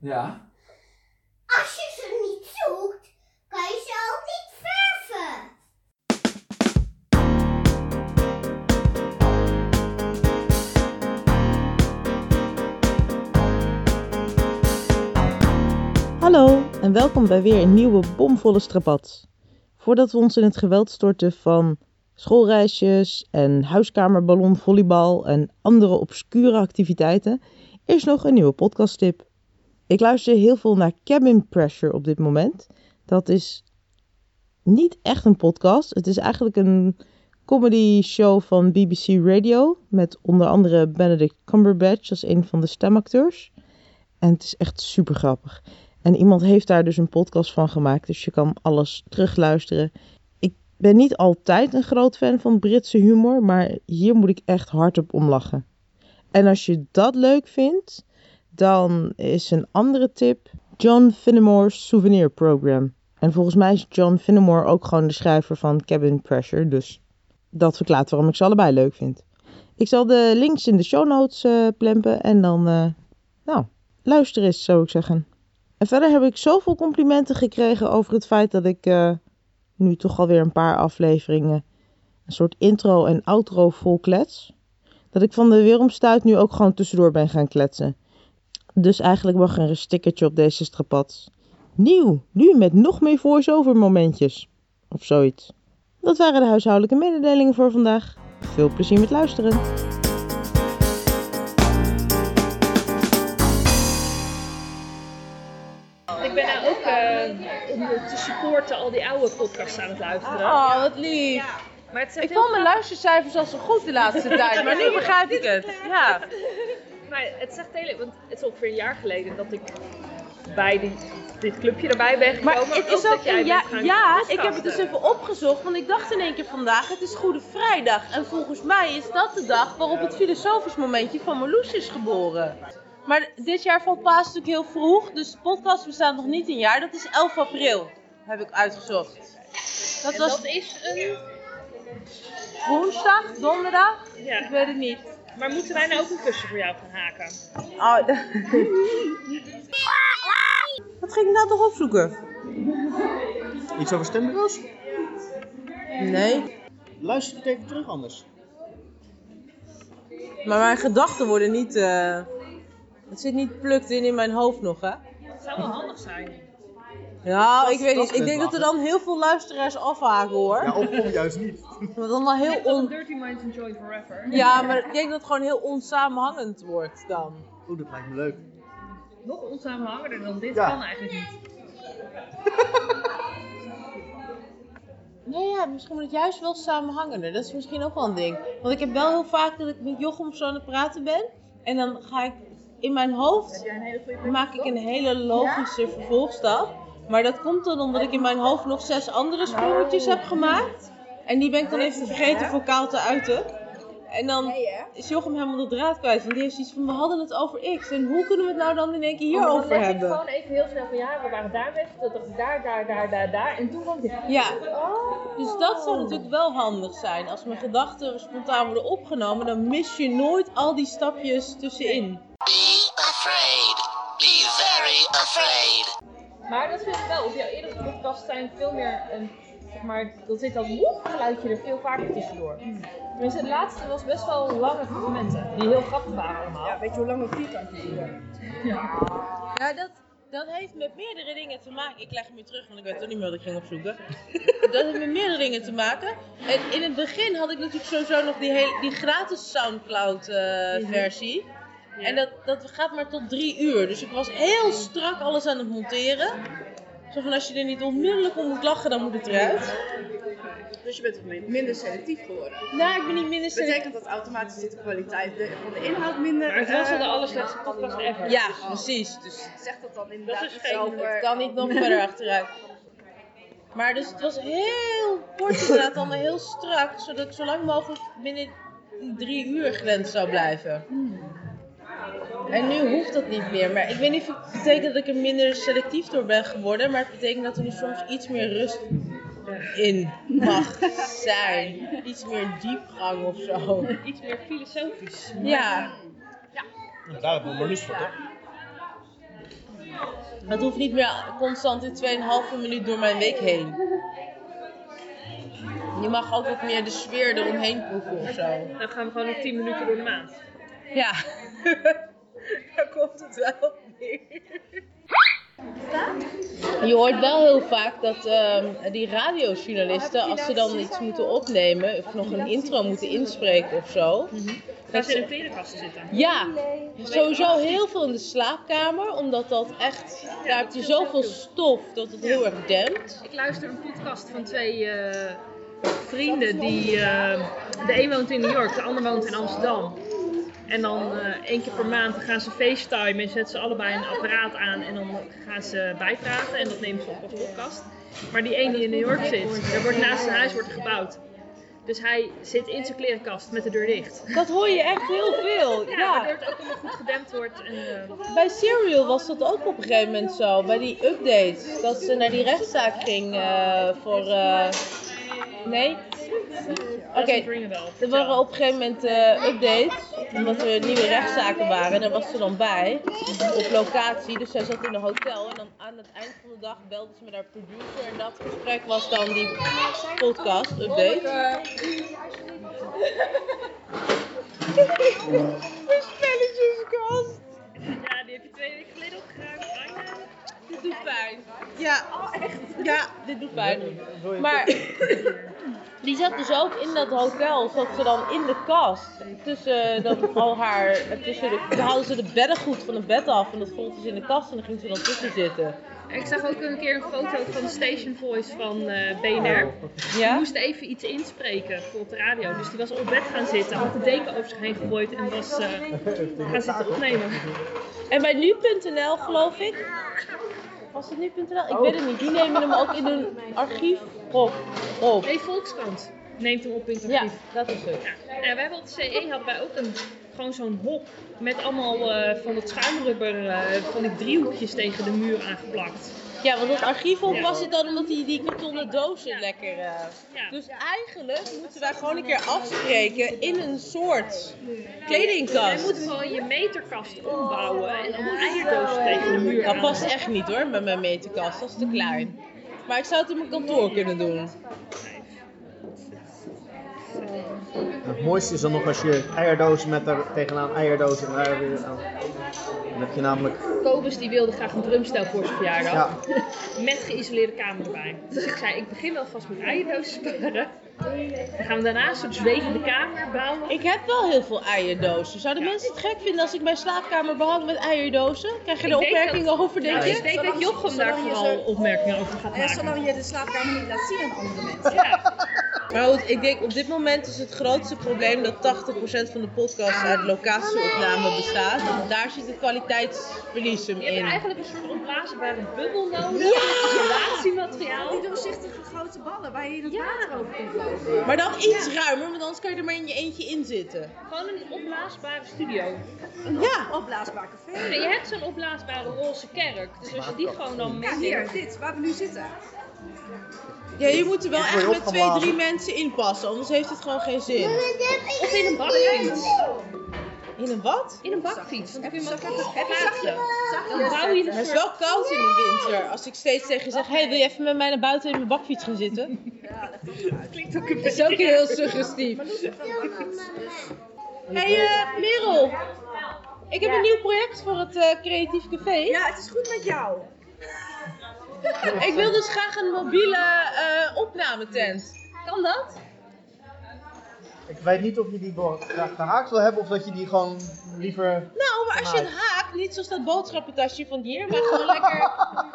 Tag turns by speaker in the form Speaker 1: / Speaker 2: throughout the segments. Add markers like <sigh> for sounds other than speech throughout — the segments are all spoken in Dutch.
Speaker 1: Ja.
Speaker 2: Als je ze niet zoekt, kan je ze ook niet verven.
Speaker 3: Hallo en welkom bij weer een nieuwe bomvolle strapats. Voordat we ons in het geweld storten van schoolreisjes en huiskamerballon, volleybal en andere obscure activiteiten, eerst nog een nieuwe podcasttip. Ik luister heel veel naar Cabin Pressure op dit moment. Dat is niet echt een podcast. Het is eigenlijk een comedy show van BBC Radio met onder andere Benedict Cumberbatch als een van de stemacteurs. En het is echt super grappig. En iemand heeft daar dus een podcast van gemaakt, dus je kan alles terugluisteren. Ik ben niet altijd een groot fan van Britse humor, maar hier moet ik echt hard op om lachen. En als je dat leuk vindt, dan is een andere tip John Finnemore's Souvenir Program. En volgens mij is John Finnemore ook gewoon de schrijver van Cabin Pressure, dus dat verklaart waarom ik ze allebei leuk vind. Ik zal de links in de show notes eh, plempen en dan, eh, nou, luister eens, zou ik zeggen. En verder heb ik zoveel complimenten gekregen over het feit dat ik eh, nu toch alweer een paar afleveringen een soort intro en outro vol klets. Dat ik van de weeromstuit nu ook gewoon tussendoor ben gaan kletsen. Dus eigenlijk mag er een stickertje op deze strapats. Nieuw, nu met nog meer voice-over momentjes. Of zoiets. Dat waren de huishoudelijke mededelingen voor vandaag. Veel plezier met luisteren.
Speaker 4: Ik ben nou ook eh, om te supporten al die oude podcasts aan het luisteren.
Speaker 5: Oh, wat lief.
Speaker 4: Maar het is echt
Speaker 5: Ik
Speaker 4: heel
Speaker 5: vond mijn luistercijfers al zo goed de
Speaker 4: <laughs>
Speaker 5: laatste tijd, maar nu begrijp ik het. Ja.
Speaker 4: grappig. Maar het is echt heel... Want het is ongeveer een jaar geleden dat ik bij die, dit clubje erbij ben
Speaker 5: Maar
Speaker 4: gekomen.
Speaker 5: het is
Speaker 4: dat
Speaker 5: ook
Speaker 4: jij
Speaker 5: een
Speaker 4: bent
Speaker 5: ja,
Speaker 4: gaan
Speaker 5: ja ik heb
Speaker 4: podcasten.
Speaker 5: het dus even opgezocht, want ik dacht in één keer vandaag, het is Goede Vrijdag. En volgens mij is dat de dag waarop het filosofisch momentje van Marloes is geboren. Maar dit jaar valt Paas natuurlijk heel vroeg, dus de podcast bestaat nog niet een jaar. Dat is 11 april, heb ik uitgezocht. Dat
Speaker 4: En
Speaker 5: was
Speaker 4: dat is een...
Speaker 5: woensdag, donderdag, ik
Speaker 4: Ja.
Speaker 5: weet het niet.
Speaker 4: Maar moeten wij nou ook een kussen voor jou gaan haken?
Speaker 5: Oh, <laughs> Wat ging ik nou toch opzoeken?
Speaker 6: Iets over stembureaus?
Speaker 5: Nee,
Speaker 6: Luister het even terug anders.
Speaker 5: maar mijn gedachten worden niet. eh, het zit niet plukt in in mijn hoofd nog, hè?
Speaker 4: Dat zou wel handig zijn.
Speaker 5: Ja,
Speaker 6: Dat-
Speaker 5: ik weet
Speaker 6: dat
Speaker 5: niet. Ik
Speaker 6: kunt
Speaker 5: denk dat er
Speaker 6: lachen.
Speaker 5: dan heel veel luisteraars afhaken hoor.
Speaker 6: Ja, of, of juist niet. <laughs>
Speaker 5: Want dan wel heel on.
Speaker 4: Dirty Minds Enjoy Forever.
Speaker 5: Ja, maar ik denk dat het gewoon heel onsamenhangend wordt dan.
Speaker 6: Oeh, dat lijkt me leuk.
Speaker 4: Nog onsamenhangender dan dit
Speaker 6: Ja.
Speaker 4: kan eigenlijk niet.
Speaker 5: Nee, ja, misschien moet het juist wel samenhangender. Dat is misschien ook wel een ding. Want ik heb wel heel vaak dat ik met Jochem of zo aan het praten ben. En dan ga ik in mijn hoofd
Speaker 4: Heb jij een hele goede punt?
Speaker 5: maak ik een hele logische vervolgstap. Maar dat komt dan omdat ik in mijn hoofd nog zes andere sprongetjes heb gemaakt. En die ben ik dan even vergeten vocaal te uiten. En dan is Jochem helemaal de draad kwijt. Want die heeft iets van, we hadden het over X. En hoe kunnen we het nou dan in één keer hierover
Speaker 4: Oh, Dan leg ik
Speaker 5: hebben?
Speaker 4: gewoon even heel snel van ja, we waren daar met, dat dacht ik daar, daar, daar, daar, daar. En toen kwam dit. Oh.
Speaker 5: Ja. Dus dat zou natuurlijk wel handig zijn. Als mijn gedachten spontaan worden opgenomen, dan mis je nooit al die stapjes tussenin.
Speaker 7: Be afraid. Be very afraid.
Speaker 4: Maar dat vind ik wel. Op jouw eerdere podcast zijn veel meer een. Zeg maar, dat zit dat woep geluidje er veel vaker tussendoor.
Speaker 5: Hmm.
Speaker 4: Tenminste, de laatste was best wel lange fragmenten. Die heel grappig waren allemaal. Ja, weet je hoe lang een vierkantje duurde?
Speaker 5: Ja, dat, dat heeft met meerdere dingen te maken. Ik leg hem weer terug, want ik weet toch niet meer wat ik ging opzoeken. <laughs> dat heeft met meerdere dingen te maken. En in het begin had ik natuurlijk sowieso nog die, hele, die gratis Mhm. Soundcloud-versie. En dat, dat gaat maar tot drie uur. Dus ik was heel strak alles aan het monteren. Zo van als je er niet onmiddellijk om moet lachen, dan moet het eruit.
Speaker 8: Dus je bent minder selectief geworden.
Speaker 5: Nou, ik ben niet minder
Speaker 8: Dat
Speaker 5: selectief.
Speaker 8: betekent dat automatisch de kwaliteit de- van de inhoud minder.
Speaker 4: Maar het was al
Speaker 8: eh,
Speaker 4: de allerslechtste podcast ever.
Speaker 5: Ja, precies. Dus
Speaker 8: Zegt dat dan inderdaad
Speaker 4: Dat is
Speaker 8: iets over- Oh.
Speaker 5: het kan niet nog verder achteruit. Maar dus het was heel kort inderdaad, allemaal heel strak, zodat ik zo lang mogelijk binnen die drie uur grens zou blijven. En nu hoeft dat niet meer, maar ik weet niet of het betekent dat ik er minder selectief door ben geworden, maar het betekent dat er nu soms iets meer rust in mag zijn. Iets meer diepgang of zo.
Speaker 4: Iets meer filosofisch.
Speaker 5: Ja.
Speaker 6: Nou, daar hebben we Marlies voor, toch?
Speaker 5: Het hoeft niet meer constant in 2,5 minuut door mijn week heen. Je mag ook wat meer de sfeer eromheen proeven of zo.
Speaker 4: Dan gaan we gewoon nog 10 minuten door de maand.
Speaker 5: Ja, <laughs> daar komt het wel op neer. Je hoort wel heel vaak dat ehm, die radiojournalisten, als ze dan iets moeten opnemen of nog een intro moeten inspreken of zo.
Speaker 4: Gaan ze in een klerenkast zitten.
Speaker 5: Ja, sowieso heel veel in de slaapkamer, omdat dat echt, daar heb je zoveel stof dat het heel erg dempt.
Speaker 4: Ik luister een podcast van twee eh, vrienden die. eh, de een woont in New York, de ander woont in Amsterdam. En dan eh, één keer per maand gaan ze FaceTime en zetten ze allebei een apparaat aan en dan gaan ze bijpraten en dat nemen ze op als podcast. Maar die één die in New York zit, er wordt naast zijn huis wordt er gebouwd. Dus hij zit in zijn klerenkast met de deur dicht.
Speaker 5: Dat hoor je echt heel veel.
Speaker 4: Ja,
Speaker 5: Ja,
Speaker 4: waardoor het ook allemaal goed gedempt wordt. En, eh,
Speaker 5: Bij Serial was dat ook op een gegeven moment zo, bij die update. Dat ze naar die rechtszaak ging eh, voor. eh, nee? Oké,
Speaker 4: dat ringen wel.
Speaker 5: er waren op een gegeven moment eh, updates, omdat er nieuwe rechtszaken waren. Daar was ze dan bij, op locatie. Dus zij zat in een hotel. En dan aan het eind van de dag belde ze met haar producer. En dat gesprek was dan die podcast, update. Mijn spelletjeskast.
Speaker 4: Ja, die heb je twee weken geleden opgeruimd. Ah, ja.
Speaker 5: Dit doet pijn. Ja, echt? Ja, dit doet pijn.
Speaker 6: Wil je-
Speaker 5: Maar die zat dus ook in dat hotel, zat ze dan in de kast. Tussen dat, al haar, tussen de, dan haalden ze de beddengoed van het bed af en dat vond ze in de kast en dan ging ze dan tussen zitten.
Speaker 4: Ik zag ook een keer een foto van de Station Voice van eh, BNR. Die
Speaker 5: Ja?
Speaker 4: moest even iets inspreken voor op de radio. Dus die was op bed gaan zitten, had de deken over zich heen gegooid en was eh, gaan zitten opnemen.
Speaker 5: En bij nu.nl geloof ik, was het nu.nl? Ik weet het niet, die nemen hem ook in hun archief op. op.
Speaker 4: Nee, Volkskrant neemt hem op in het
Speaker 5: Ja,
Speaker 4: archief.
Speaker 5: dat is het.
Speaker 4: Ja. En wij hebben op de CE hadden wij ook een, gewoon zo'n hok met allemaal eh, van het schuimrubber, eh, van die driehoekjes tegen de muur aangeplakt.
Speaker 5: Ja, want dat archief op
Speaker 4: Ja.
Speaker 5: was het dan omdat die, die kartonnen dozen
Speaker 4: Ja.
Speaker 5: lekker... eh,
Speaker 4: Ja.
Speaker 5: Dus eigenlijk moeten wij gewoon een keer afspreken in een soort kledingkast.
Speaker 4: Jij moet hem wel in je meterkast ombouwen en allemaal eierdozen dus tegen de muur
Speaker 5: Dat
Speaker 4: aan.
Speaker 5: past echt niet hoor, bij mijn meterkast. Dat is te klein. Maar ik zou het in mijn kantoor kunnen doen.
Speaker 6: Het mooiste is dan nog als je eierdozen met daar tegenaan eierdozen en daar weer aan. Dan heb je namelijk,
Speaker 4: Kobus die wilde graag een drumstel voor zijn verjaardag.
Speaker 6: ja,
Speaker 4: Met geïsoleerde kamer erbij. Dus ik zei, ik begin wel vast met eierdozen sparen. Dan gaan we daarna een soort zwevende kamer bouwen.
Speaker 5: Ik heb wel heel veel eierdozen. Zouden mensen het gek vinden als ik mijn slaapkamer behang met eierdozen? Krijg je er
Speaker 4: Ik denk
Speaker 5: opmerkingen
Speaker 4: dat-
Speaker 5: over, denk
Speaker 4: Nou,
Speaker 5: je?
Speaker 4: ik denk dat Jochem daar
Speaker 8: zolang je
Speaker 4: vooral
Speaker 8: zo-
Speaker 4: opmerkingen over gaat
Speaker 8: En
Speaker 4: maken.
Speaker 8: zolang je de slaapkamer niet laat zien aan andere mensen.
Speaker 4: Ja,
Speaker 5: Maar goed, ik denk op dit moment is het grootste probleem dat 80% van de podcast uit locatieopname bestaat. Want daar zit het kwaliteitsverlies hem
Speaker 4: je hebt
Speaker 5: in.
Speaker 4: eigenlijk een soort ontblaasbare bubbel nodig. Ja! Relatiemateriaal.
Speaker 8: Die doorzichtige grote ballen waar je in het
Speaker 4: Ja.
Speaker 8: water over komt lopen.
Speaker 5: Maar dan iets ruimer, want anders kan je er maar in je eentje in zitten.
Speaker 4: Gewoon een opblaasbare studio.
Speaker 5: Ja,
Speaker 8: Opblaasbaar café.
Speaker 4: Nee, je hebt zo'n opblaasbare roze kerk. Dus als je die gewoon dan
Speaker 8: Ja,
Speaker 4: met
Speaker 8: hier, dit, waar we nu zitten.
Speaker 5: ja je moet er wel
Speaker 6: Ik word
Speaker 5: echt met twee,
Speaker 6: opgeblazen.
Speaker 5: drie mensen inpassen, anders heeft het gewoon geen zin.
Speaker 4: Of in een bakfiets.
Speaker 5: In een wat?
Speaker 4: In een bakfiets. Want dan kun je hem ook Dan
Speaker 8: Zachtjes.
Speaker 4: bouw je
Speaker 5: Het
Speaker 4: een
Speaker 5: is
Speaker 4: soort...
Speaker 5: wel koud in de winter. Als ik steeds tegen je zeg, hey, wil je even met mij naar buiten in mijn bakfiets gaan zitten?
Speaker 8: Ja, leg dat maar uit.
Speaker 4: Klinkt ook een
Speaker 5: <laughs> Dat is ook
Speaker 4: beetje-
Speaker 5: heel suggestief. Hey eh, Merel, ik heb een nieuw project voor het eh, Creatief Café.
Speaker 8: Ja, het is goed met jou.
Speaker 5: Ik wil dus graag een mobiele eh, opnametent. Kan dat?
Speaker 6: ik weet niet of je die wel graag gehaakt wil hebben of dat je die gewoon liever...
Speaker 5: Nou, maar als je een haak, niet zoals dat boodschappentasje van hier, maar <laughs> gewoon lekker...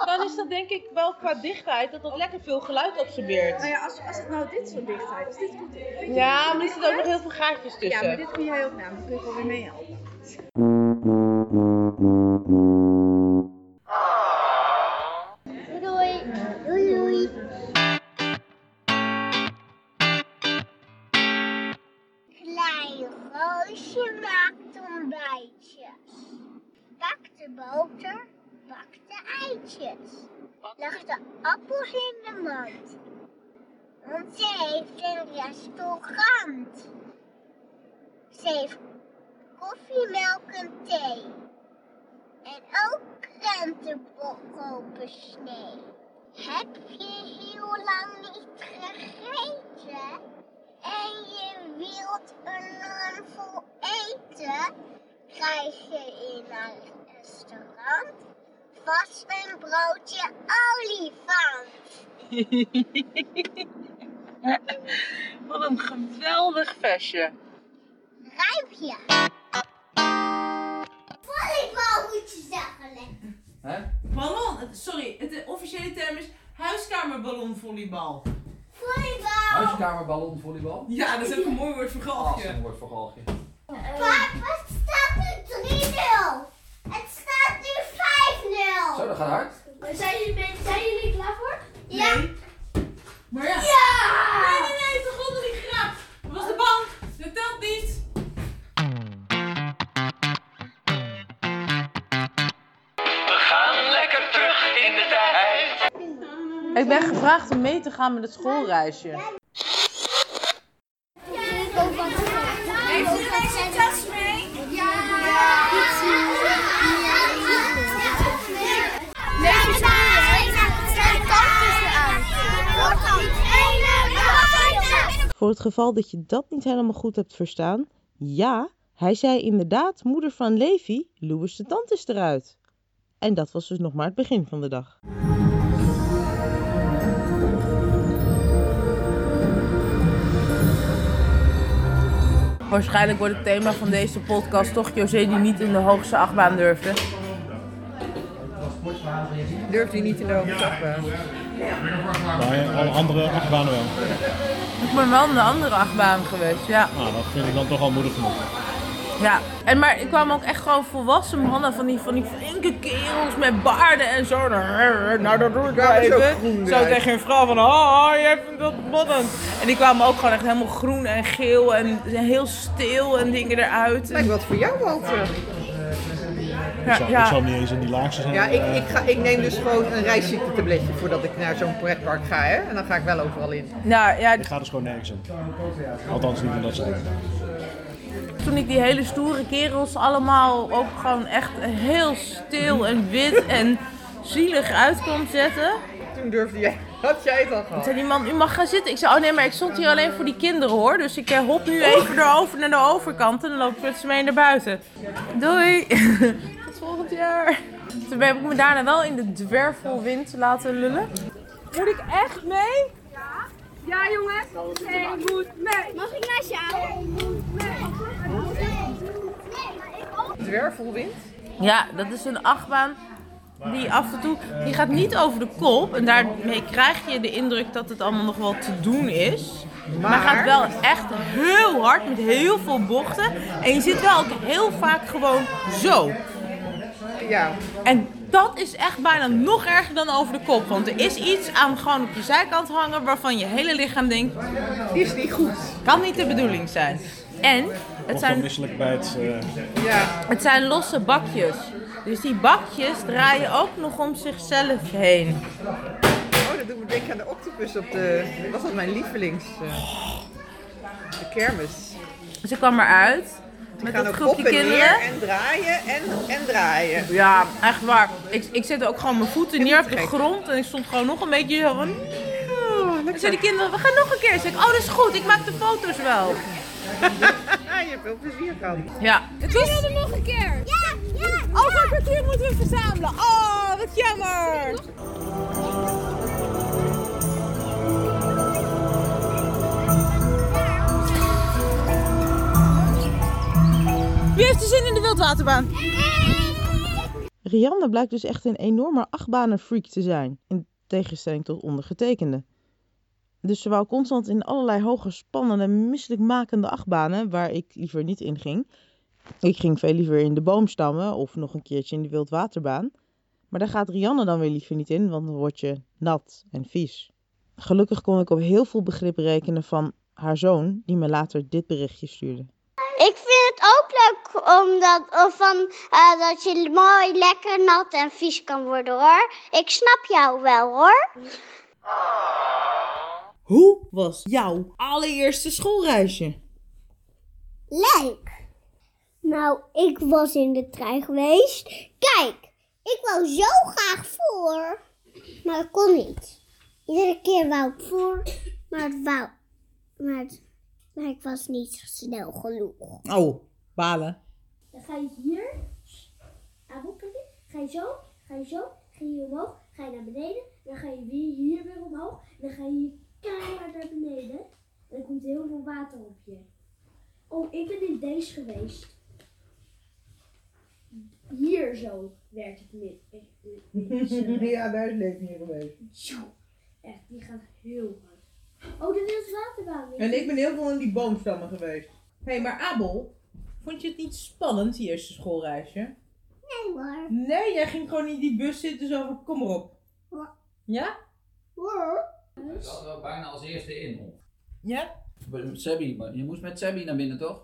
Speaker 5: Dan is dat denk ik wel qua dichtheid, dat dat lekker veel geluid absorbeert.
Speaker 8: Nou ja, als, als het nou dit zo'n dichtheid is, dit goed.
Speaker 5: Ja, maar er zitten ook nog heel veel gaatjes
Speaker 8: Ja, maar
Speaker 5: tussen.
Speaker 8: dit kun jij ook namen. Dan kun je gewoon weer meehelpen.
Speaker 2: Doei. Doei doei. Klein roosje maakt ontbijtjes. Bakte boter, bakte eitjes. Leg de appels in de mand. Want ze heeft een restaurant. Ze heeft koffiemelk en thee. En ook krentenbokkenbesnee. Heb je heel lang niet gegeten en je wilt enorm veel eten, krijg je in een restaurant vast een broodje olifant.
Speaker 5: Wat een geweldig vestje.
Speaker 2: Rijmpje. Volleybal moet je zeggen, hè?
Speaker 5: Ballon, eh, sorry, de officiële term is huiskamerballonvolleybal.
Speaker 2: Volleybal.
Speaker 1: Huiskamerballonvolleybal.
Speaker 5: Ja, dat is ook een mooi woord voor
Speaker 1: Ah, dat is een woord voor galgje.
Speaker 2: Papa, het staat nu 3-0. Het staat nu
Speaker 1: Zo,
Speaker 2: 5-0.
Speaker 1: dat gaat hard.
Speaker 2: Zijn jullie, zijn jullie klaar voor? Ja.
Speaker 5: Maar ja.
Speaker 2: Ja!
Speaker 5: Nee, nee, nee, toch onder die grap. Dat was de bank. Dat telt niet. Ik ben gevraagd om mee te gaan met het schoolreisje.
Speaker 2: Heeft iedereen zijn tas mee? Ja! Nee, we zijn tasjes aan. Wordt dan
Speaker 3: Voor het geval dat je dat niet helemaal goed hebt verstaan, ja, hij zei inderdaad, moeder van Levi, Louis de tand is eruit. En dat was dus nog maar het begin van de dag.
Speaker 5: Waarschijnlijk wordt het thema van deze podcast toch José die niet in de hoogste achtbaan durfde.
Speaker 9: Durft hij niet in de hoogte
Speaker 10: Nou
Speaker 11: Maar alle andere achtbanen wel.
Speaker 5: Ik ben wel in de andere achtbaan geweest, ja.
Speaker 11: Nou, dat vind ik dan toch al moedig genoeg.
Speaker 5: ja. En maar ik kwam ook echt gewoon volwassen mannen van die, van die flinke kerels met baarden en zo. Nou, dat doe ik wel
Speaker 9: Kwamen ze ook
Speaker 5: even.
Speaker 9: groen
Speaker 5: Zo
Speaker 9: eruit?
Speaker 5: tegen een vrouw van, oh, jij vindt dat boddend. En die kwamen ook gewoon echt helemaal groen en geel en heel stil en dingen eruit.
Speaker 9: Lijkt wat voor jou, Walter.
Speaker 5: Ja,
Speaker 11: Ik zou,
Speaker 5: ja.
Speaker 11: ik zou hem niet eens in die laagste zijn.
Speaker 9: Ja, ik, ik, ga, ik neem dus gewoon een reisziekte-tabletje voordat ik naar zo'n pretpark ga. Hè? En dan ga ik wel overal in.
Speaker 5: Nou ja,
Speaker 11: Ik ga dus gewoon nergens in. Althans niet in dat soort dingen.
Speaker 5: toen ik die hele stoere kerels allemaal ook gewoon echt heel stil en wit en zielig uit kon zetten.
Speaker 9: Toen durfde jij, <laughs> had jij het al
Speaker 5: Toen
Speaker 9: gehad.
Speaker 5: zei die man, u mag gaan zitten. Ik zei, oh nee, maar ik stond hier alleen voor die kinderen hoor. Dus ik eh, hop nu even erover naar de overkant en dan loop ik met ze mee naar buiten. Doei! <laughs> Tot volgend jaar! Toen heb ik me daarna wel in de dwervelwind laten lullen. Moet ik echt mee?
Speaker 8: Ja, jongens. Ik moet mee. Mag ik naast jou?
Speaker 9: Dwervelwind.
Speaker 5: Ja, dat is een achtbaan die af en toe, die gaat niet over de kop. En daarmee krijg je de indruk dat het allemaal nog wel te doen is. Maar, gaat wel echt heel hard met heel veel bochten. En je zit wel ook heel vaak gewoon zo.
Speaker 9: Ja,
Speaker 5: En dat is echt bijna nog erger dan over de kop. Want er is iets aan gewoon op je zijkant hangen waarvan je hele lichaam denkt,
Speaker 9: die is niet goed.
Speaker 5: kan niet de bedoeling zijn. En het
Speaker 11: Of dan
Speaker 5: zijn
Speaker 11: misselijk bij het... eh,
Speaker 9: Ja,
Speaker 5: Het zijn losse bakjes. Dus die bakjes draaien ook nog om zichzelf heen.
Speaker 9: oh, dat doet me denken aan de octopus op de... Was dat mijn lievelings... eh, de kermis.
Speaker 5: Dus ik kwam eruit met
Speaker 9: Gaan
Speaker 5: een
Speaker 9: ook
Speaker 5: groepje
Speaker 9: op en neer
Speaker 5: kinderen.
Speaker 9: en draaien en, en draaien. <laughs>
Speaker 5: Ja, echt waar. Ik, ik zette ook gewoon mijn voeten neer op de
Speaker 9: gek. Oh,
Speaker 5: grond en ik stond gewoon nog een beetje zo van... En zei de kinderen, we gaan nog een keer. Zeg ik, oh dat is goed, ik maak de foto's wel.
Speaker 9: Ja, je hebt veel plezier gehad.
Speaker 5: Ja. Het is...
Speaker 8: nog een keer.
Speaker 2: Ja, ja.
Speaker 5: Over een kwartier moeten we verzamelen. Oh, wat jammer. Wie heeft er zin in de wildwaterbaan?
Speaker 3: Rianne blijkt dus echt een enorme achtbanenfreak te zijn, in tegenstelling tot ondergetekende. Dus ze wou constant in allerlei hoge, spannende, misselijkmakende achtbanen, waar ik liever niet in ging. Ik ging veel liever in de boomstammen of nog een keertje in de wildwaterbaan. Maar daar gaat Rianne dan weer liever niet in, want dan word je nat en vies. Gelukkig kon ik op heel veel begrip rekenen van haar zoon, die me later dit berichtje stuurde.
Speaker 2: Ik vind het ook leuk omdat, of van, eh, dat je mooi, lekker, nat en vies kan worden hoor. Ik snap jou wel hoor.
Speaker 3: Hoe was jouw allereerste schoolreisje?
Speaker 2: Leuk! Nou, ik was in de trein geweest. Kijk, Ik wou zo graag voor, maar het kon niet. Iedere keer wou ik voor, maar het wou. Maar, het- maar ik was niet snel genoeg.
Speaker 5: Oh,
Speaker 12: <laughs>
Speaker 5: balen.
Speaker 13: Dan ga je hier aanroepen. Ga je zo, ga je zo, ga je hier omhoog, ga je naar beneden. Dan ga je weer hier weer omhoog. Dan ga je hier keihard naar beneden. En dan komt heel veel water op je. Oh, ik ben in deze geweest. Hier zo werkt het eh, niet.
Speaker 14: ja, daar is Leef niet geweest.
Speaker 13: Zo. Echt, die gaat heel hard. Oh, de wilde waterbaan weer.
Speaker 14: En ik ben heel veel in die boomstammen geweest.
Speaker 12: Hé, hey, maar Abel, vond je het niet spannend, die eerste schoolreisje?
Speaker 13: Oh,
Speaker 2: Nee hoor.
Speaker 12: Nee, jij ging gewoon in die bus zitten, zo van kom erop.
Speaker 2: Ja.
Speaker 12: Ja?
Speaker 1: Dat was wel bijna als eerste in.
Speaker 12: Ja?
Speaker 1: Met Sebby, maar je moest met Sebby naar binnen toch?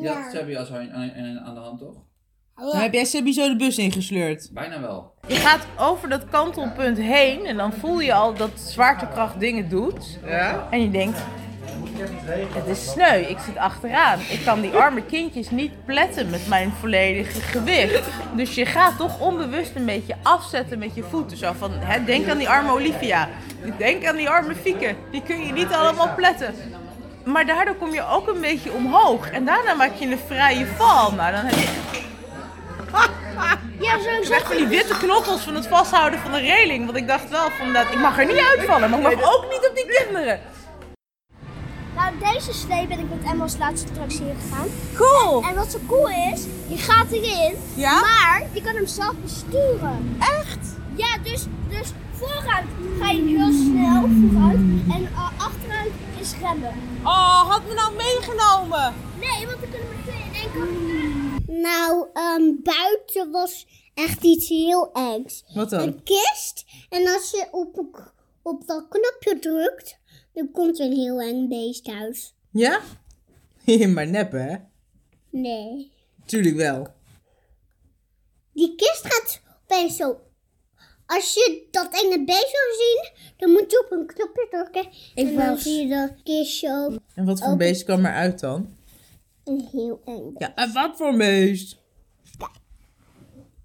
Speaker 1: Je had Sebby als aan, aan, aan de hand toch?
Speaker 12: Dan heb jij Sebby zo de bus ingesleurd.
Speaker 1: Bijna wel.
Speaker 5: Je gaat over dat kantelpunt heen en dan voel je al dat zwaartekracht dingen doet.
Speaker 14: Ja?
Speaker 5: En je denkt, het is sneu, ik zit achteraan. Ik kan die arme kindjes niet pletten met mijn volledige gewicht. Dus je gaat toch onbewust een beetje afzetten met je voeten. Zo van, hè, denk aan die arme Olivia. Denk aan die arme Fieke. Die kun je niet allemaal pletten. Maar daardoor kom je ook een beetje omhoog. En daarna maak je een vrije val. Nou, dan heb je
Speaker 2: Ja, zo
Speaker 5: ik krijg van die witte knokkels van het vasthouden van de reling. Want ik dacht wel van dat ik mag er niet uitvallen, maar ik mag ook niet op die kinderen.
Speaker 13: Nou, deze slee ben ik met Emma als laatste straks hier gegaan.
Speaker 5: Cool!
Speaker 13: En, en wat zo cool is, je gaat erin,
Speaker 5: Ja?
Speaker 13: maar je kan hem zelf besturen.
Speaker 5: Echt?
Speaker 13: Ja, dus, dus vooruit ga je heel snel vooruit en eh, achteruit is remmen.
Speaker 5: Oh, had me nou meegenomen!
Speaker 13: Nee, want dan kunnen we twee in één kant.
Speaker 2: Nou, ehm, buiten was echt iets heel engs.
Speaker 5: Wat dan?
Speaker 2: Een kist. En als je op, een k- op dat knopje drukt, dan komt een heel eng beest uit.
Speaker 5: Ja? <laughs> maar nep hè?
Speaker 2: Nee.
Speaker 5: Tuurlijk wel.
Speaker 2: Die kist gaat opeens zo. Als je dat enge beest wil zien, dan moet je op een knopje drukken. en dan
Speaker 5: was-
Speaker 2: zie je dat kistje ook.
Speaker 5: En wat voor
Speaker 2: Ook
Speaker 5: beest kwam eruit dan?
Speaker 2: Een heel eng beest.
Speaker 5: Ja, en wat voor beest?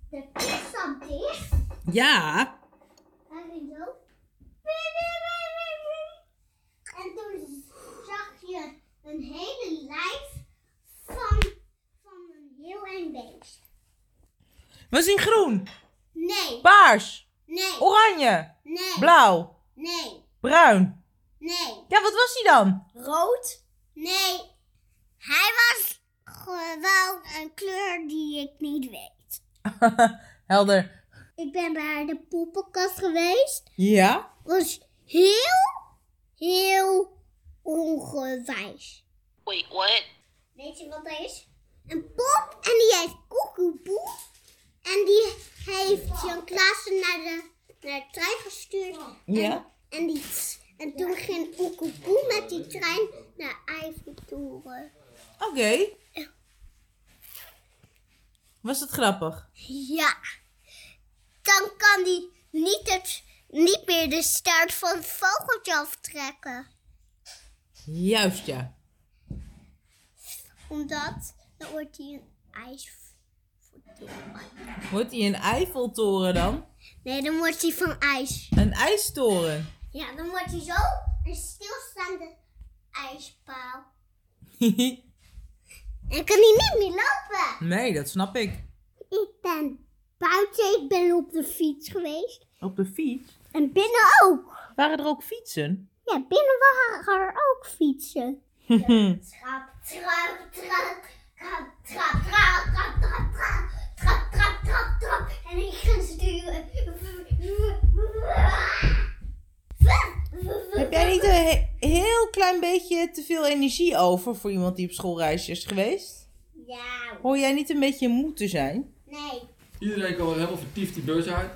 Speaker 2: De kist zat dicht.
Speaker 5: Ja.
Speaker 2: En ging zo. En toen zag je een hele lijf van, van een heel eng beest.
Speaker 5: Was hij groen?
Speaker 2: Nee,
Speaker 5: Paars?
Speaker 2: nee,
Speaker 5: Oranje?
Speaker 2: nee,
Speaker 5: Blauw?
Speaker 2: nee,
Speaker 5: Bruin?
Speaker 2: nee,
Speaker 5: Ja, wat was hij dan?
Speaker 2: rood, nee. Hij was gewoon een kleur die ik niet weet.
Speaker 5: Helder.
Speaker 2: Ik ben bij de poppenkast geweest.
Speaker 5: Ja?
Speaker 2: Was heel, heel ongewijs.
Speaker 15: Wait, what?
Speaker 2: Weet je wat dat is? Een pop en die heeft koekoepoe. En die heeft Jan Klaassen naar de, naar de trein gestuurd.
Speaker 5: Ja?
Speaker 2: En, die, en toen ging koekoepoe met die trein naar Eiffeltoren.
Speaker 5: Oké. Was het grappig?
Speaker 2: Ja, dan kan die niet, het, niet meer de staart van het vogeltje aftrekken.
Speaker 5: Juist ja.
Speaker 2: Omdat dan wordt hij een ijs.
Speaker 5: Wordt hij een Eiffeltoren dan?
Speaker 2: Nee, dan wordt hij van ijs.
Speaker 5: Een ijstoren? <laughs>
Speaker 2: Ja, dan wordt hij zo een stilstaande ijspaal. En kan hij niet meer lopen.
Speaker 5: nee, dat snap ik.
Speaker 2: Ik ben buiten, ik ben op de fiets geweest.
Speaker 5: Op de fiets?
Speaker 2: En binnen ook.
Speaker 5: Waren er ook fietsen?
Speaker 2: Ja, binnen waren er ook fietsen.
Speaker 5: <laughs>
Speaker 2: Trap, trap, trap, trap, trap, trap, trap, trap, trap, trap, trap, trap, trap. En ik ga sturen.
Speaker 5: Heb jij niet een he- heel klein beetje te veel energie over voor iemand die op schoolreisje is geweest?
Speaker 2: Ja,
Speaker 5: Hoor jij niet een beetje moe te zijn?
Speaker 2: nee.
Speaker 1: Iedereen kwam er helemaal vertiefd die beurs uit.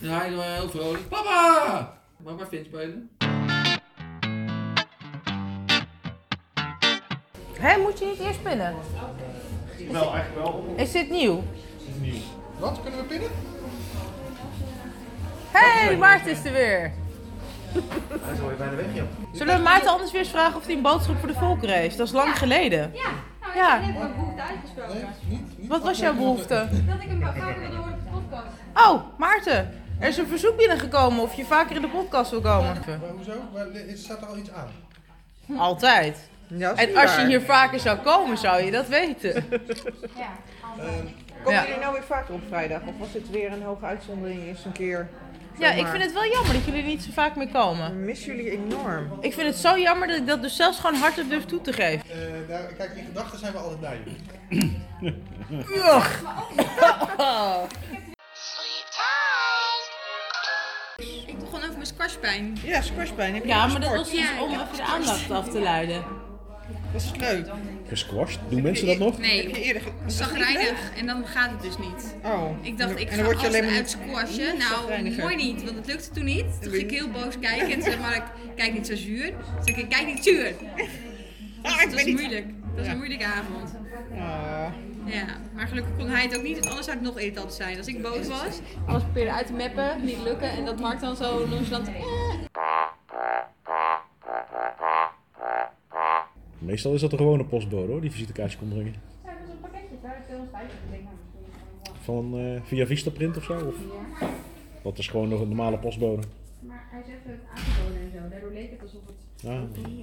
Speaker 1: En hij was heel vrolijk. Papa! Mag ik maar Finn spelen?
Speaker 5: Hé, moet je niet eerst pinnen?
Speaker 16: Wel, echt wel.
Speaker 5: Is dit nieuw?
Speaker 16: Nieuw. Wat? Kunnen we pinnen?
Speaker 5: Hé, hey, Maarten is er weer.
Speaker 17: Hij is alweer bijna weg, joh.
Speaker 5: Zullen we Maarten anders weer eens vragen of hij een boodschap voor de volkeren heeft? Dat is lang geleden.
Speaker 18: Ja, nou,
Speaker 5: Ja.
Speaker 18: ik heb mijn behoefte uitgesproken.
Speaker 5: Wat was jouw behoefte?
Speaker 18: Dat ik hem graag wilde horen op de podcast.
Speaker 5: Oh, Maarten, er is een verzoek binnengekomen of je vaker in de podcast wil komen.
Speaker 6: Maar hoezo? Maar er staat er al iets aan?
Speaker 5: Altijd.
Speaker 6: dat is
Speaker 5: en als je
Speaker 6: waar.
Speaker 5: hier vaker zou komen, zou je dat weten.
Speaker 9: Ja.
Speaker 5: Ja. eh,
Speaker 9: Komen jullie nou weer vaker op vrijdag? Of was dit weer een hoge uitzondering eens een keer?
Speaker 5: Ja, ik vind het wel jammer dat jullie niet zo vaak meer komen. Ik
Speaker 9: mis jullie enorm.
Speaker 5: Ik vind het zo jammer dat ik dat dus zelfs gewoon hardop durf toe te geven.
Speaker 6: Eh, nou, kijk, in gedachten zijn we altijd bij jullie.
Speaker 5: Ugh.
Speaker 13: Ik begon over mijn squashpijn.
Speaker 9: Ja, squashpijn. Heb je
Speaker 5: Ja,
Speaker 9: nog
Speaker 5: maar dat was
Speaker 9: gesport?
Speaker 5: dus om even de aandacht af te leiden.
Speaker 9: Dat is leuk.
Speaker 10: Gesquashed? Doen mensen dat nog?
Speaker 13: Nee,
Speaker 9: Heb je eerder
Speaker 13: zagrijnig. En dan gaat het dus niet.
Speaker 9: Oh.
Speaker 13: Ik dacht,
Speaker 9: En
Speaker 13: ik
Speaker 9: dan
Speaker 13: ga
Speaker 9: word je
Speaker 13: alles
Speaker 9: alleen maar
Speaker 13: uit
Speaker 9: niet-
Speaker 13: squashen.
Speaker 9: niet
Speaker 13: Nou,
Speaker 9: chagrijniger.
Speaker 13: mooi niet, want het lukte toen niet. Toen ging ik heel boos kijken en toen zei Mark, kijk niet zo zuur. Toen zei ik, kijk niet
Speaker 9: <laughs> Ah,
Speaker 13: zuur. Dus dat was moeilijk. Dat was een moeilijke avond.
Speaker 9: Ah.
Speaker 13: Ja, maar gelukkig kon hij het ook niet, want anders zou het nog irritant zijn. Als ik boos was, alles probeerde uit te mappen, niet lukken. En dat Mark dan zo nonchalant... eh,
Speaker 10: Meestal is dat de gewone postbode hoor, die visitekaartje komt brengen.
Speaker 19: dat is een pakketje, 250 dingen.
Speaker 10: Van eh, via Vistaprint of zo? Of? Dat is gewoon nog een normale postbode.
Speaker 19: Maar hij zegt het aangeboden en zo, daardoor leek het alsof het...
Speaker 10: Ja.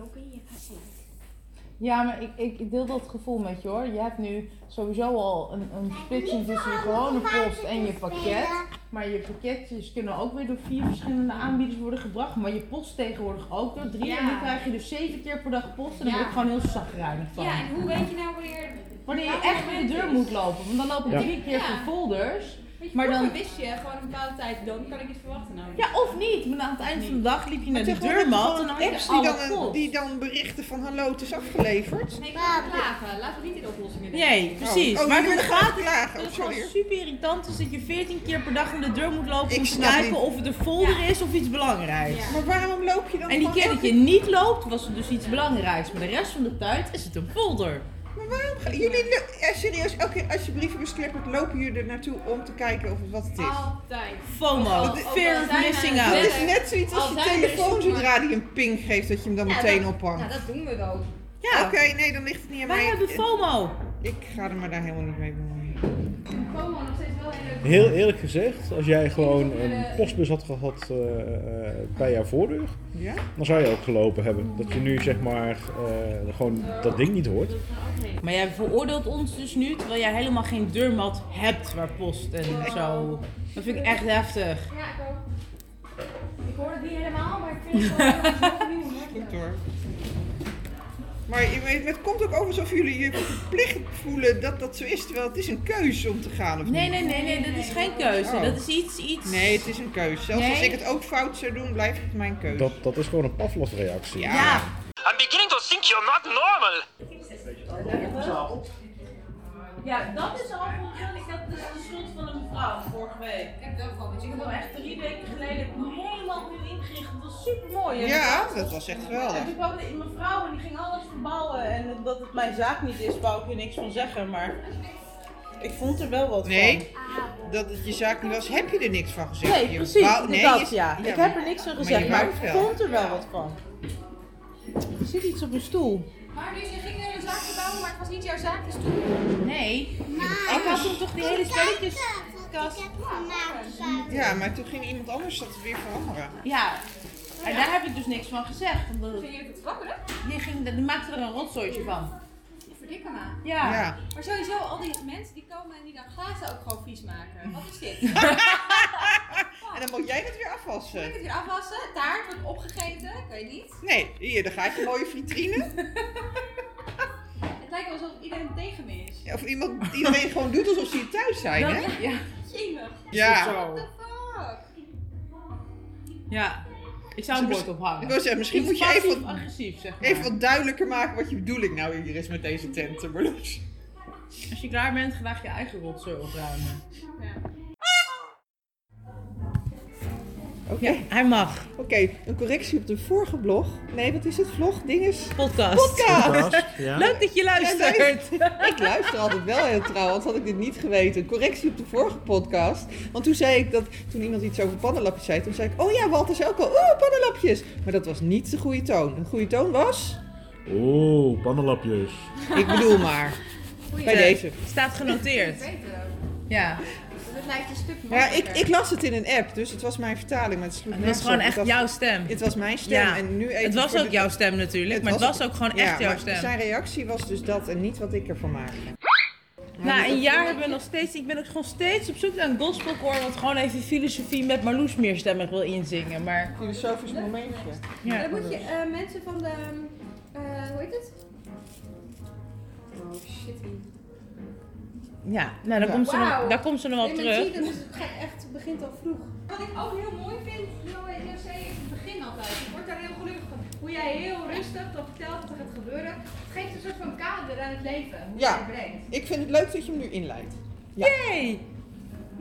Speaker 5: Ja, maar ik, ik ik deel dat gevoel met je hoor. Je hebt nu sowieso al een, een splitsing tussen je gewone post en je pakket. Maar je pakketjes kunnen ook weer door vier verschillende aanbieders worden gebracht. Maar je post tegenwoordig ook door drie.
Speaker 13: Ja.
Speaker 5: En nu krijg je dus zeven keer per dag post. En daar
Speaker 13: Ja.
Speaker 5: word ik gewoon heel zagrijnig van.
Speaker 13: Ja, en hoe weet je nou wanneer...
Speaker 5: Wanneer je echt voor de deur moet lopen. Want dan lopen
Speaker 10: Ja.
Speaker 5: drie keer
Speaker 13: Ja.
Speaker 5: voor folders.
Speaker 13: Weet je,
Speaker 5: Maar dan...
Speaker 13: wist je gewoon een bepaalde tijd, dan kan ik iets verwachten nou.
Speaker 5: Ja, of niet. Maar aan het eind van de dag liep je naar de
Speaker 9: tegenwoordig
Speaker 5: deurmat.
Speaker 9: gewoon
Speaker 5: En dan had je
Speaker 9: apps die
Speaker 5: alle
Speaker 9: dan, een-
Speaker 5: post.
Speaker 9: die dan berichten van hallo, het is afgeleverd.
Speaker 13: Nee, maar klagen. Laten we niet in oplossingen denken.
Speaker 5: Nee, precies.
Speaker 9: Oh, oh,
Speaker 5: maar
Speaker 9: jullie
Speaker 5: het
Speaker 9: willen
Speaker 5: gaat
Speaker 9: graag klagen.
Speaker 5: Dat
Speaker 9: <laughs> Oh,
Speaker 5: het gewoon
Speaker 9: sorry.
Speaker 5: super irritant is dat je 14 keer per dag aan de deur moet lopen
Speaker 9: Ik
Speaker 5: om te
Speaker 9: snap
Speaker 5: kijken
Speaker 9: niet.
Speaker 5: of het een folder is of iets belangrijks.
Speaker 9: Maar waarom loop je
Speaker 5: En
Speaker 9: dan
Speaker 5: die
Speaker 9: gewoon
Speaker 5: keer
Speaker 9: zo-
Speaker 5: dat je niet loopt, was het dus iets belangrijks. Maar de rest van de tijd is het een folder.
Speaker 9: Maar waarom gaan jullie... lo- Ja, serieus, elke keer als je brieven bestuurd wordt, lopen jullie er naartoe om te kijken of het wat het is.
Speaker 13: Altijd.
Speaker 5: FOMO,
Speaker 9: Dat is-
Speaker 5: fear of missing out.
Speaker 9: Dat is net zoiets als
Speaker 13: Al
Speaker 9: je
Speaker 13: zijn er
Speaker 9: telefoon,
Speaker 13: zoekmarkt-
Speaker 9: zodra die een ping geeft, dat je hem dan meteen ophangt.
Speaker 13: Ja, dat doen we wel.
Speaker 9: Ja, oké, nee, dan ligt het niet aan
Speaker 13: Wij
Speaker 9: mij.
Speaker 13: hebben
Speaker 5: FOMO.
Speaker 9: Ik ga er maar daar helemaal niet mee bemoeien.
Speaker 13: FOMO nog steeds wel heel
Speaker 10: Heel eerlijk gezegd, als jij gewoon een postbus had gehad eh, eh, bij jouw voordeur,
Speaker 9: Ja?
Speaker 10: dan zou je ook gelopen hebben. Dat je nu zeg maar eh, gewoon dat ding niet hoort.
Speaker 5: Maar jij veroordeelt ons dus nu terwijl jij helemaal geen deurmat hebt waar post en zo. Dat vind ik echt heftig.
Speaker 13: Ja, ik ook. Ik hoor het niet helemaal, maar ik vind het wel
Speaker 9: Goed hoor. Maar je weet, het komt ook over alsof jullie je verplicht voelen dat dat zo is, terwijl het is een keuze om te gaan of
Speaker 5: Nee, nee,
Speaker 9: niet.
Speaker 5: nee, nee, dat is geen keuze.
Speaker 9: Oh.
Speaker 5: Dat is iets, iets...
Speaker 9: Nee, het is een keuze. Zelfs
Speaker 5: Nee.
Speaker 9: als ik het ook fout zou doen, blijft het mijn keuze.
Speaker 10: Dat, dat is gewoon een Pavlov-reactie.
Speaker 9: Ja.
Speaker 20: I'm beginning to think you're not normal.
Speaker 5: Ja, dat is al ik dat is de schuld van een mevrouw vorige week. Ik heb dat wel, ik heb al echt drie weken geleden helemaal opnieuw ingericht. Dat was super mooi.
Speaker 9: Ja, dat was echt geweldig.
Speaker 5: En toen kwam de- mijn vrouw en die ging alles verbouwen. En dat het mijn zaak niet is, wou ik er niks van zeggen. Maar ik vond er wel wat van.
Speaker 9: Nee, dat het je zaak niet was, heb je er niks van gezegd.
Speaker 5: Nee,
Speaker 9: Je
Speaker 5: precies.
Speaker 9: wou- nee,
Speaker 5: dat,
Speaker 9: je-
Speaker 5: ja. Ik heb er niks van gezegd,
Speaker 9: je
Speaker 5: maar,
Speaker 9: wou het
Speaker 5: ik
Speaker 9: wel.
Speaker 5: vond er wel wat van. Er zit iets op mijn stoel.
Speaker 13: Maar dus je ging naar een zaak verbouwen, maar het was niet jouw zaak, dus toen...
Speaker 5: Nee, ik had toen toch die hele spelletjeskast.
Speaker 9: Ja, maar toen ging iemand anders dat weer veranderen.
Speaker 5: Ja, en daar heb ik dus niks van gezegd. Omdat
Speaker 13: Vind je het grappig, hè?
Speaker 5: die, ging, die maakte er een rotzooitje van.
Speaker 13: Verdikken maar.
Speaker 5: Ja. Ja.
Speaker 13: Maar sowieso, al die mensen die komen en die dan glazen ook gewoon vies maken. Wat is dit?
Speaker 9: En dan moet jij dat weer afwassen.
Speaker 13: Moet ik het weer afwassen? Taart wordt opgegeten, ik weet niet.
Speaker 9: Nee, hier, daar gaat je mooie vitrine.
Speaker 13: Het lijkt wel alsof iedereen tegen me is.
Speaker 9: Of iemand, iedereen gewoon doet alsof ze hier thuis zijn,
Speaker 13: Dat-
Speaker 9: hè?
Speaker 13: Ja. Jemig.
Speaker 9: Ja.
Speaker 13: What the fuck?
Speaker 5: Ja. Ik zou een
Speaker 9: Dus
Speaker 5: bord ophangen.
Speaker 9: Ik wil zeggen, misschien
Speaker 5: Iets
Speaker 9: moet je even wat,
Speaker 5: passief-agressief, zeg maar.
Speaker 9: even wat duidelijker maken wat je bedoeling nou hier is met deze tenten, maar los.
Speaker 5: Als je klaar bent, ga je eigen rotzooi opruimen.
Speaker 9: Oké, hij mag. Oké, een correctie op de vorige blog. Nee, wat is het? Vlog? Dinges?
Speaker 5: Podcast.
Speaker 9: Podcast.
Speaker 5: Podcast, ja. Leuk dat je luistert.
Speaker 9: Ja, luister. ik luister altijd wel heel trouw, anders had ik dit niet geweten. Correctie op de vorige podcast. Want toen zei ik dat, toen iemand iets over pannenlapjes zei, toen zei ik, oh ja, Walter zei ook al, oh, pannenlapjes. Maar dat was niet de goede toon. Een goede toon was,
Speaker 10: Oeh, pannenlapjes.
Speaker 9: ik bedoel maar. Bij deze.
Speaker 5: Staat genoteerd. Ja.
Speaker 13: dus het lijkt een stuk
Speaker 9: Maar ja, ik,
Speaker 13: makkelijker.
Speaker 9: ik las het in een app, dus het was mijn vertaling. Maar het, sloeg
Speaker 5: Het
Speaker 9: nergens
Speaker 5: was gewoon
Speaker 9: op.
Speaker 5: echt
Speaker 9: Dat-
Speaker 5: jouw stem.
Speaker 9: Het was mijn stem.
Speaker 5: Ja.
Speaker 9: En nu even
Speaker 5: Het was
Speaker 9: voor
Speaker 5: ook
Speaker 9: de-
Speaker 5: jouw stem natuurlijk, maar het was ook gewoon echt jouw
Speaker 9: maar
Speaker 5: stem.
Speaker 9: Zijn reactie was dus dat en niet wat ik ervan maakte.
Speaker 5: Na een
Speaker 9: dat-
Speaker 5: jaar hebben we nog steeds, ik ben ook gewoon steeds op zoek naar een gospelkoor wat gewoon even filosofie met Marloes meer stemmig wil inzingen. Maar...
Speaker 9: Filosofisch momentje.
Speaker 5: Ja.
Speaker 13: Maar dan moet je eh, mensen van de. eh, hoe heet het? Oh shit.
Speaker 5: Ja, nou daar,
Speaker 13: Ja.
Speaker 5: Komt, ze nog,
Speaker 13: Wauw.
Speaker 5: daar komt ze nog wel
Speaker 13: Nee, maar
Speaker 5: terug.
Speaker 13: Zie, je, dat is, het gaat echt, het begint al vroeg. Wat ik ook heel mooi vind, JOC, is het begin altijd. Ik word daar heel gelukkig van. Hoe jij heel rustig dan vertelt wat er gaat gebeuren. Het geeft een soort van kader aan het leven. Hoe
Speaker 9: Ja.
Speaker 13: je het brengt.
Speaker 9: Ik vind het leuk dat je hem nu inleidt. Ja.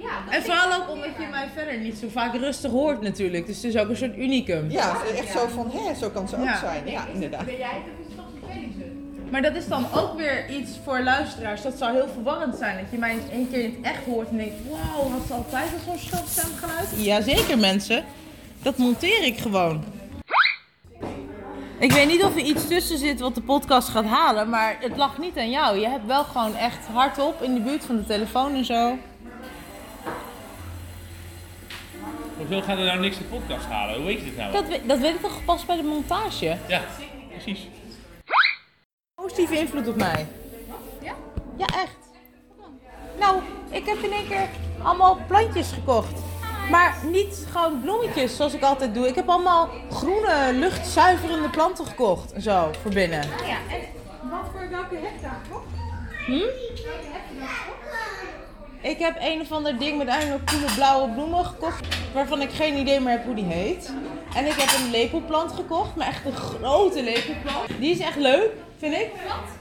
Speaker 13: Ja, dat
Speaker 5: En
Speaker 13: vind
Speaker 5: vooral
Speaker 13: ik
Speaker 5: ook omdat je mij verder niet zo vaak rustig hoort natuurlijk. Dus het is ook een soort unicum.
Speaker 9: Ja, echt zo van, hè, zo kan ze ook zijn. Ja, inderdaad.
Speaker 13: Ben jij het of is het toch een Felix?
Speaker 5: Maar dat is dan ook weer iets voor luisteraars. Dat zou heel verwarrend zijn. Dat je mij eens één keer in het echt hoort en denkt, wauw, had ze altijd al zo'n schat stemgeluid? Jazeker mensen. Dat monteer ik gewoon. Ik weet niet of er iets tussen zit wat de podcast gaat halen, maar het lag niet aan jou. Je hebt wel gewoon echt hardop in de buurt van de telefoon en zo.
Speaker 21: Hoezo gaat er nou niks de podcast halen? Hoe weet je dit nou?
Speaker 5: Dat, we- dat weet ik toch pas bij de montage.
Speaker 21: Ja, precies.
Speaker 5: Positieve invloed op mij.
Speaker 13: Ja?
Speaker 5: Ja, echt. Nou, ik heb in één keer allemaal plantjes gekocht. Maar niet gewoon bloemetjes zoals ik altijd doe. Ik heb allemaal groene, luchtzuiverende planten gekocht. en Zo, voor binnen.
Speaker 13: Ah ja, en wat voor welke heb je daar gekocht?
Speaker 5: Hm?
Speaker 13: Welke heb je daar gekocht?
Speaker 5: Ik heb een of ander ding met allemaal coole blauwe bloemen gekocht. Waarvan ik geen idee meer heb hoe die heet. En ik heb een lepelplant gekocht. Maar echt een grote lepelplant. Die is echt leuk, vind ik.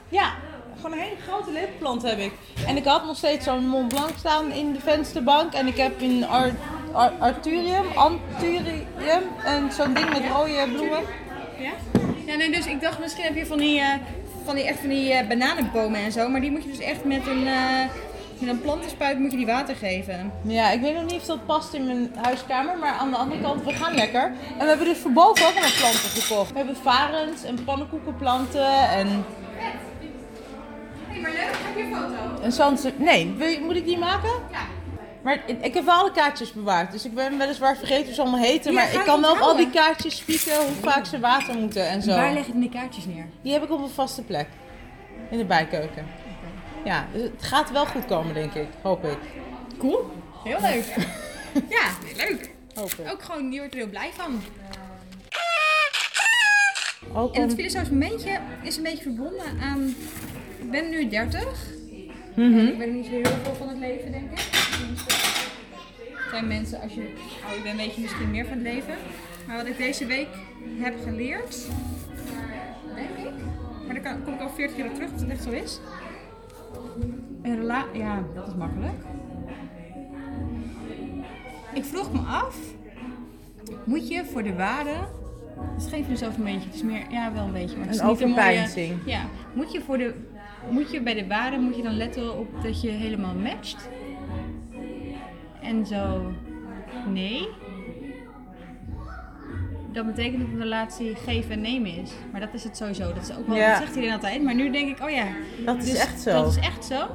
Speaker 5: Ja, gewoon een hele grote lepelplant heb ik. En ik had nog steeds zo'n Mont Blanc staan in de vensterbank. En ik heb een Ar- Ar- Arturium, Anturium. En zo'n ding met rode bloemen.
Speaker 13: Ja? Ja, nee, dus ik dacht misschien heb je van die, eh, van die, echt van die eh, bananenbomen en zo. Maar die moet je dus echt met een, eh, met een plantenspuit moet je die water geven.
Speaker 5: Ja, ik weet nog niet of dat past in mijn huiskamer, maar aan de andere kant, we gaan lekker. En we hebben dus voor boven ook allemaal planten gekocht. We hebben varens en pannenkoekenplanten en,
Speaker 13: hey, maar leuk. Heb je een foto?
Speaker 5: en zansen. Nee, wil je- moet ik die maken?
Speaker 13: Ja.
Speaker 5: Maar ik ik heb wel alle kaartjes bewaard, dus ik ben weliswaar vergeten hoe ze allemaal heten.
Speaker 13: Ja,
Speaker 5: Maar
Speaker 13: ga
Speaker 5: ik
Speaker 13: het
Speaker 5: kan wel op al die
Speaker 13: onthouden.
Speaker 5: kaartjes spieken hoe vaak ze water moeten en zo.
Speaker 13: Waar leg je die kaartjes neer?
Speaker 5: Die heb ik op een vaste plek. In de bijkeuken. Ja, dus het gaat wel goed komen, denk ik. Hoop ik. Cool.
Speaker 13: Heel leuk. ja, leuk. Ook gewoon, je wordt er heel blij van.
Speaker 5: Ook
Speaker 13: En het
Speaker 5: om-
Speaker 13: filosofisch momentje is een beetje verbonden aan... Ik ben nu 30.
Speaker 5: Mhm.
Speaker 13: En ik ben er niet zo heel veel van het leven, denk ik. Er zijn mensen, als je oud bent, weet je misschien meer van het leven. Maar wat ik deze week heb geleerd, denk ik. Maar daar kan- kom ik al 40 keer op terug, of het echt zo is. Een rela ja, dat is makkelijk. Ik vroeg me af, moet je voor de waarde... Het is geen filosofisch momentje, het is meer, ja wel een beetje, maar het is
Speaker 5: Een
Speaker 13: niet een mooie...
Speaker 5: overpeinzing.
Speaker 13: Ja, moet je, voor de, moet je bij de waarde moet je dan letten op dat je helemaal matcht? En zo, nee. Dat betekent dat een relatie geven en nemen is. Maar dat is het sowieso. Dat, is ook wel,
Speaker 5: Ja.
Speaker 13: dat zegt iedereen altijd. Maar nu denk ik, oh ja.
Speaker 5: Dat is echt zo.
Speaker 13: Dat is echt zo.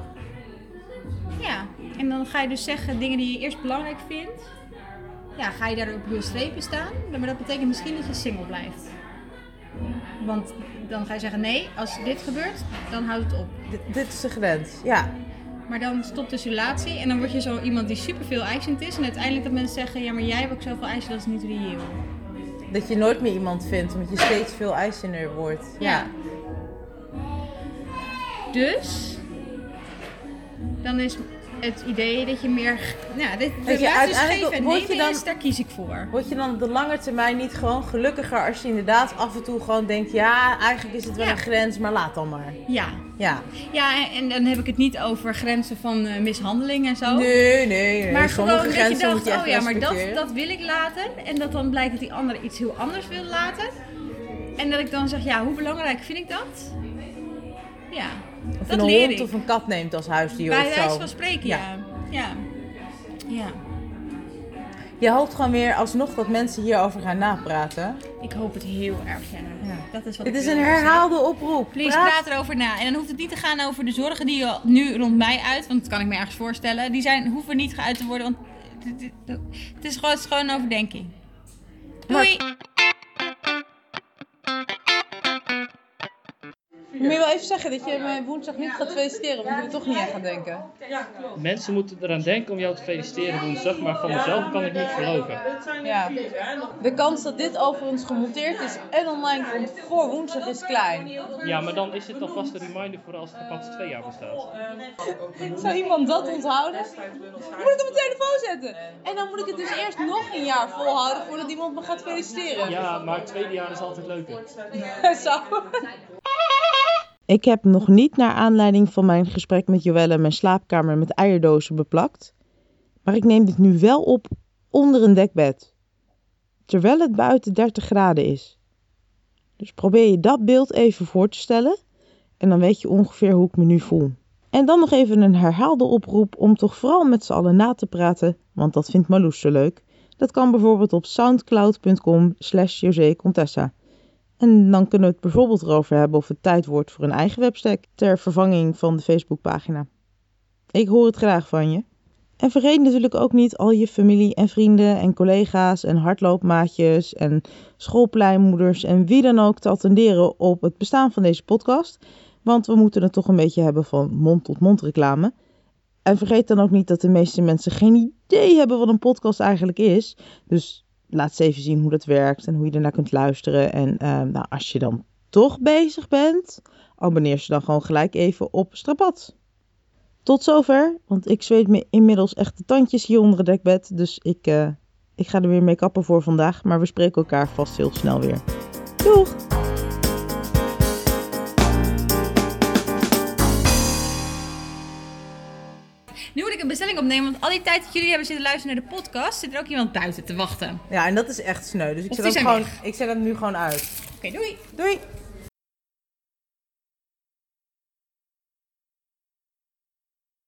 Speaker 13: Ja. En dan ga je dus zeggen dingen die je eerst belangrijk vindt. Ja, ga je daar op je strepen staan. Maar dat betekent misschien dat je single blijft. Want dan ga je zeggen, nee, als dit gebeurt, dan houdt het op.
Speaker 5: dit is de grens, ja.
Speaker 13: Maar dan stopt dus je relatie en dan word je zo iemand die superveel eisend is. En uiteindelijk dat mensen zeggen, ja, maar jij hebt ook zoveel eisen, dat is niet reëel.
Speaker 5: Dat je nooit meer iemand vindt, omdat je steeds veel eisender wordt. Ja.
Speaker 13: Dus, dan is het idee dat je meer... Ja, dit, de
Speaker 5: Dat je
Speaker 13: relatie is
Speaker 5: uiteindelijk
Speaker 13: geven en
Speaker 5: word je
Speaker 13: nemen
Speaker 5: dan-
Speaker 13: is, daar kies ik voor.
Speaker 5: Word je dan op de lange termijn niet gewoon gelukkiger als je inderdaad af en toe gewoon denkt, ja, eigenlijk is het wel een grens, maar laat dan maar.
Speaker 13: Ja.
Speaker 5: Ja.
Speaker 13: Ja, en, en dan heb ik het niet over grenzen van eh, mishandeling en zo.
Speaker 5: Nee, nee, nee. Sommige
Speaker 13: Maar gewoon dat je
Speaker 5: grenzen
Speaker 13: dacht,
Speaker 5: moet je echt
Speaker 13: oh ja, maar dat,
Speaker 5: respecteren.
Speaker 13: dat wil ik laten. En dat dan blijkt dat die ander iets heel anders wil laten. En dat ik dan zeg, ja, hoe belangrijk vind ik dat? Ja,
Speaker 5: Of
Speaker 13: dat
Speaker 5: een
Speaker 13: leer
Speaker 5: hond
Speaker 13: ik.
Speaker 5: of een kat neemt als huisdier
Speaker 13: Bij
Speaker 5: of zo.
Speaker 13: wijze van spreken, ja. Ja. ja.
Speaker 5: Je hoopt gewoon weer alsnog dat mensen hierover gaan napraten.
Speaker 13: Ik hoop het heel erg, ja.
Speaker 9: Dat is wat
Speaker 4: Het
Speaker 9: ik
Speaker 4: is
Speaker 9: wilde
Speaker 4: een
Speaker 9: zeggen.
Speaker 4: herhaalde oproep.
Speaker 9: Please, praat. erover na. En dan hoeft het niet te gaan over de zorgen die je nu rond mij uit. Want dat kan ik me ergens voorstellen. Die zijn, hoeven niet geuit te worden. Want het- het- het is gewoon, het is gewoon een overdenking. Doei!
Speaker 22: Moet je wel even zeggen dat je me woensdag niet gaat feliciteren, want ik er toch niet aan ga denken.
Speaker 23: Ja, klopt. Mensen moeten eraan denken om jou te feliciteren woensdag, maar van mezelf kan ik niet geloven.
Speaker 22: Ja. De kans dat dit overigens gemonteerd is en online komt voor woensdag is klein.
Speaker 23: Ja, maar dan is dit alvast een reminder voor als de pas twee jaar bestaat.
Speaker 22: Zou iemand dat onthouden? Ik moet het op mijn telefoon zetten. En dan moet ik het dus eerst nog een jaar volhouden voordat iemand me gaat feliciteren.
Speaker 23: Ja, maar het tweede jaar is altijd leuker.
Speaker 22: <laughs> Zo.
Speaker 5: Ik heb nog niet naar aanleiding van mijn gesprek met Joelle mijn slaapkamer met eierdozen beplakt. Maar ik neem dit nu wel op onder een dekbed. Terwijl het buiten 30 graden is. Dus probeer je dat beeld even voor te stellen. En dan weet je ongeveer hoe ik me nu voel. En dan nog even een herhaalde oproep om toch vooral met z'n allen na te praten. Want dat vindt Marloes zo leuk. Dat kan bijvoorbeeld op soundcloud.com slash josecontessa. En dan kunnen we het bijvoorbeeld erover hebben of het tijd wordt voor een eigen webstack ter vervanging van de Facebookpagina. Ik hoor het graag van je. En vergeet natuurlijk ook niet al je familie en vrienden en collega's en hardloopmaatjes en schoolpleinmoeders en wie dan ook te attenderen op het bestaan van deze podcast. Want we moeten het toch een beetje hebben van mond-tot-mond reclame. En vergeet dan ook niet dat de meeste mensen geen idee hebben wat een podcast eigenlijk is. Dus laat ze even zien hoe dat werkt en hoe je ernaar kunt luisteren. En eh, nou, als je dan toch bezig bent, abonneer ze dan gewoon gelijk even op Strapat. Tot zover, want ik zweet me inmiddels echt de tandjes hier onder het dekbed. Dus ik, eh, ik ga er weer mee kappen voor vandaag. Maar we spreken elkaar vast heel snel weer. Doeg!
Speaker 9: Nu moet ik een bestelling opnemen, want al die tijd dat jullie hebben zitten luisteren naar de podcast, zit er ook iemand buiten te wachten.
Speaker 4: Ja, en dat is echt sneu. Dus ik
Speaker 9: Of
Speaker 4: zet,
Speaker 9: die
Speaker 4: hem
Speaker 9: zijn
Speaker 4: gewoon, ik zet hem nu gewoon uit.
Speaker 9: Oké, doei!
Speaker 4: Doei!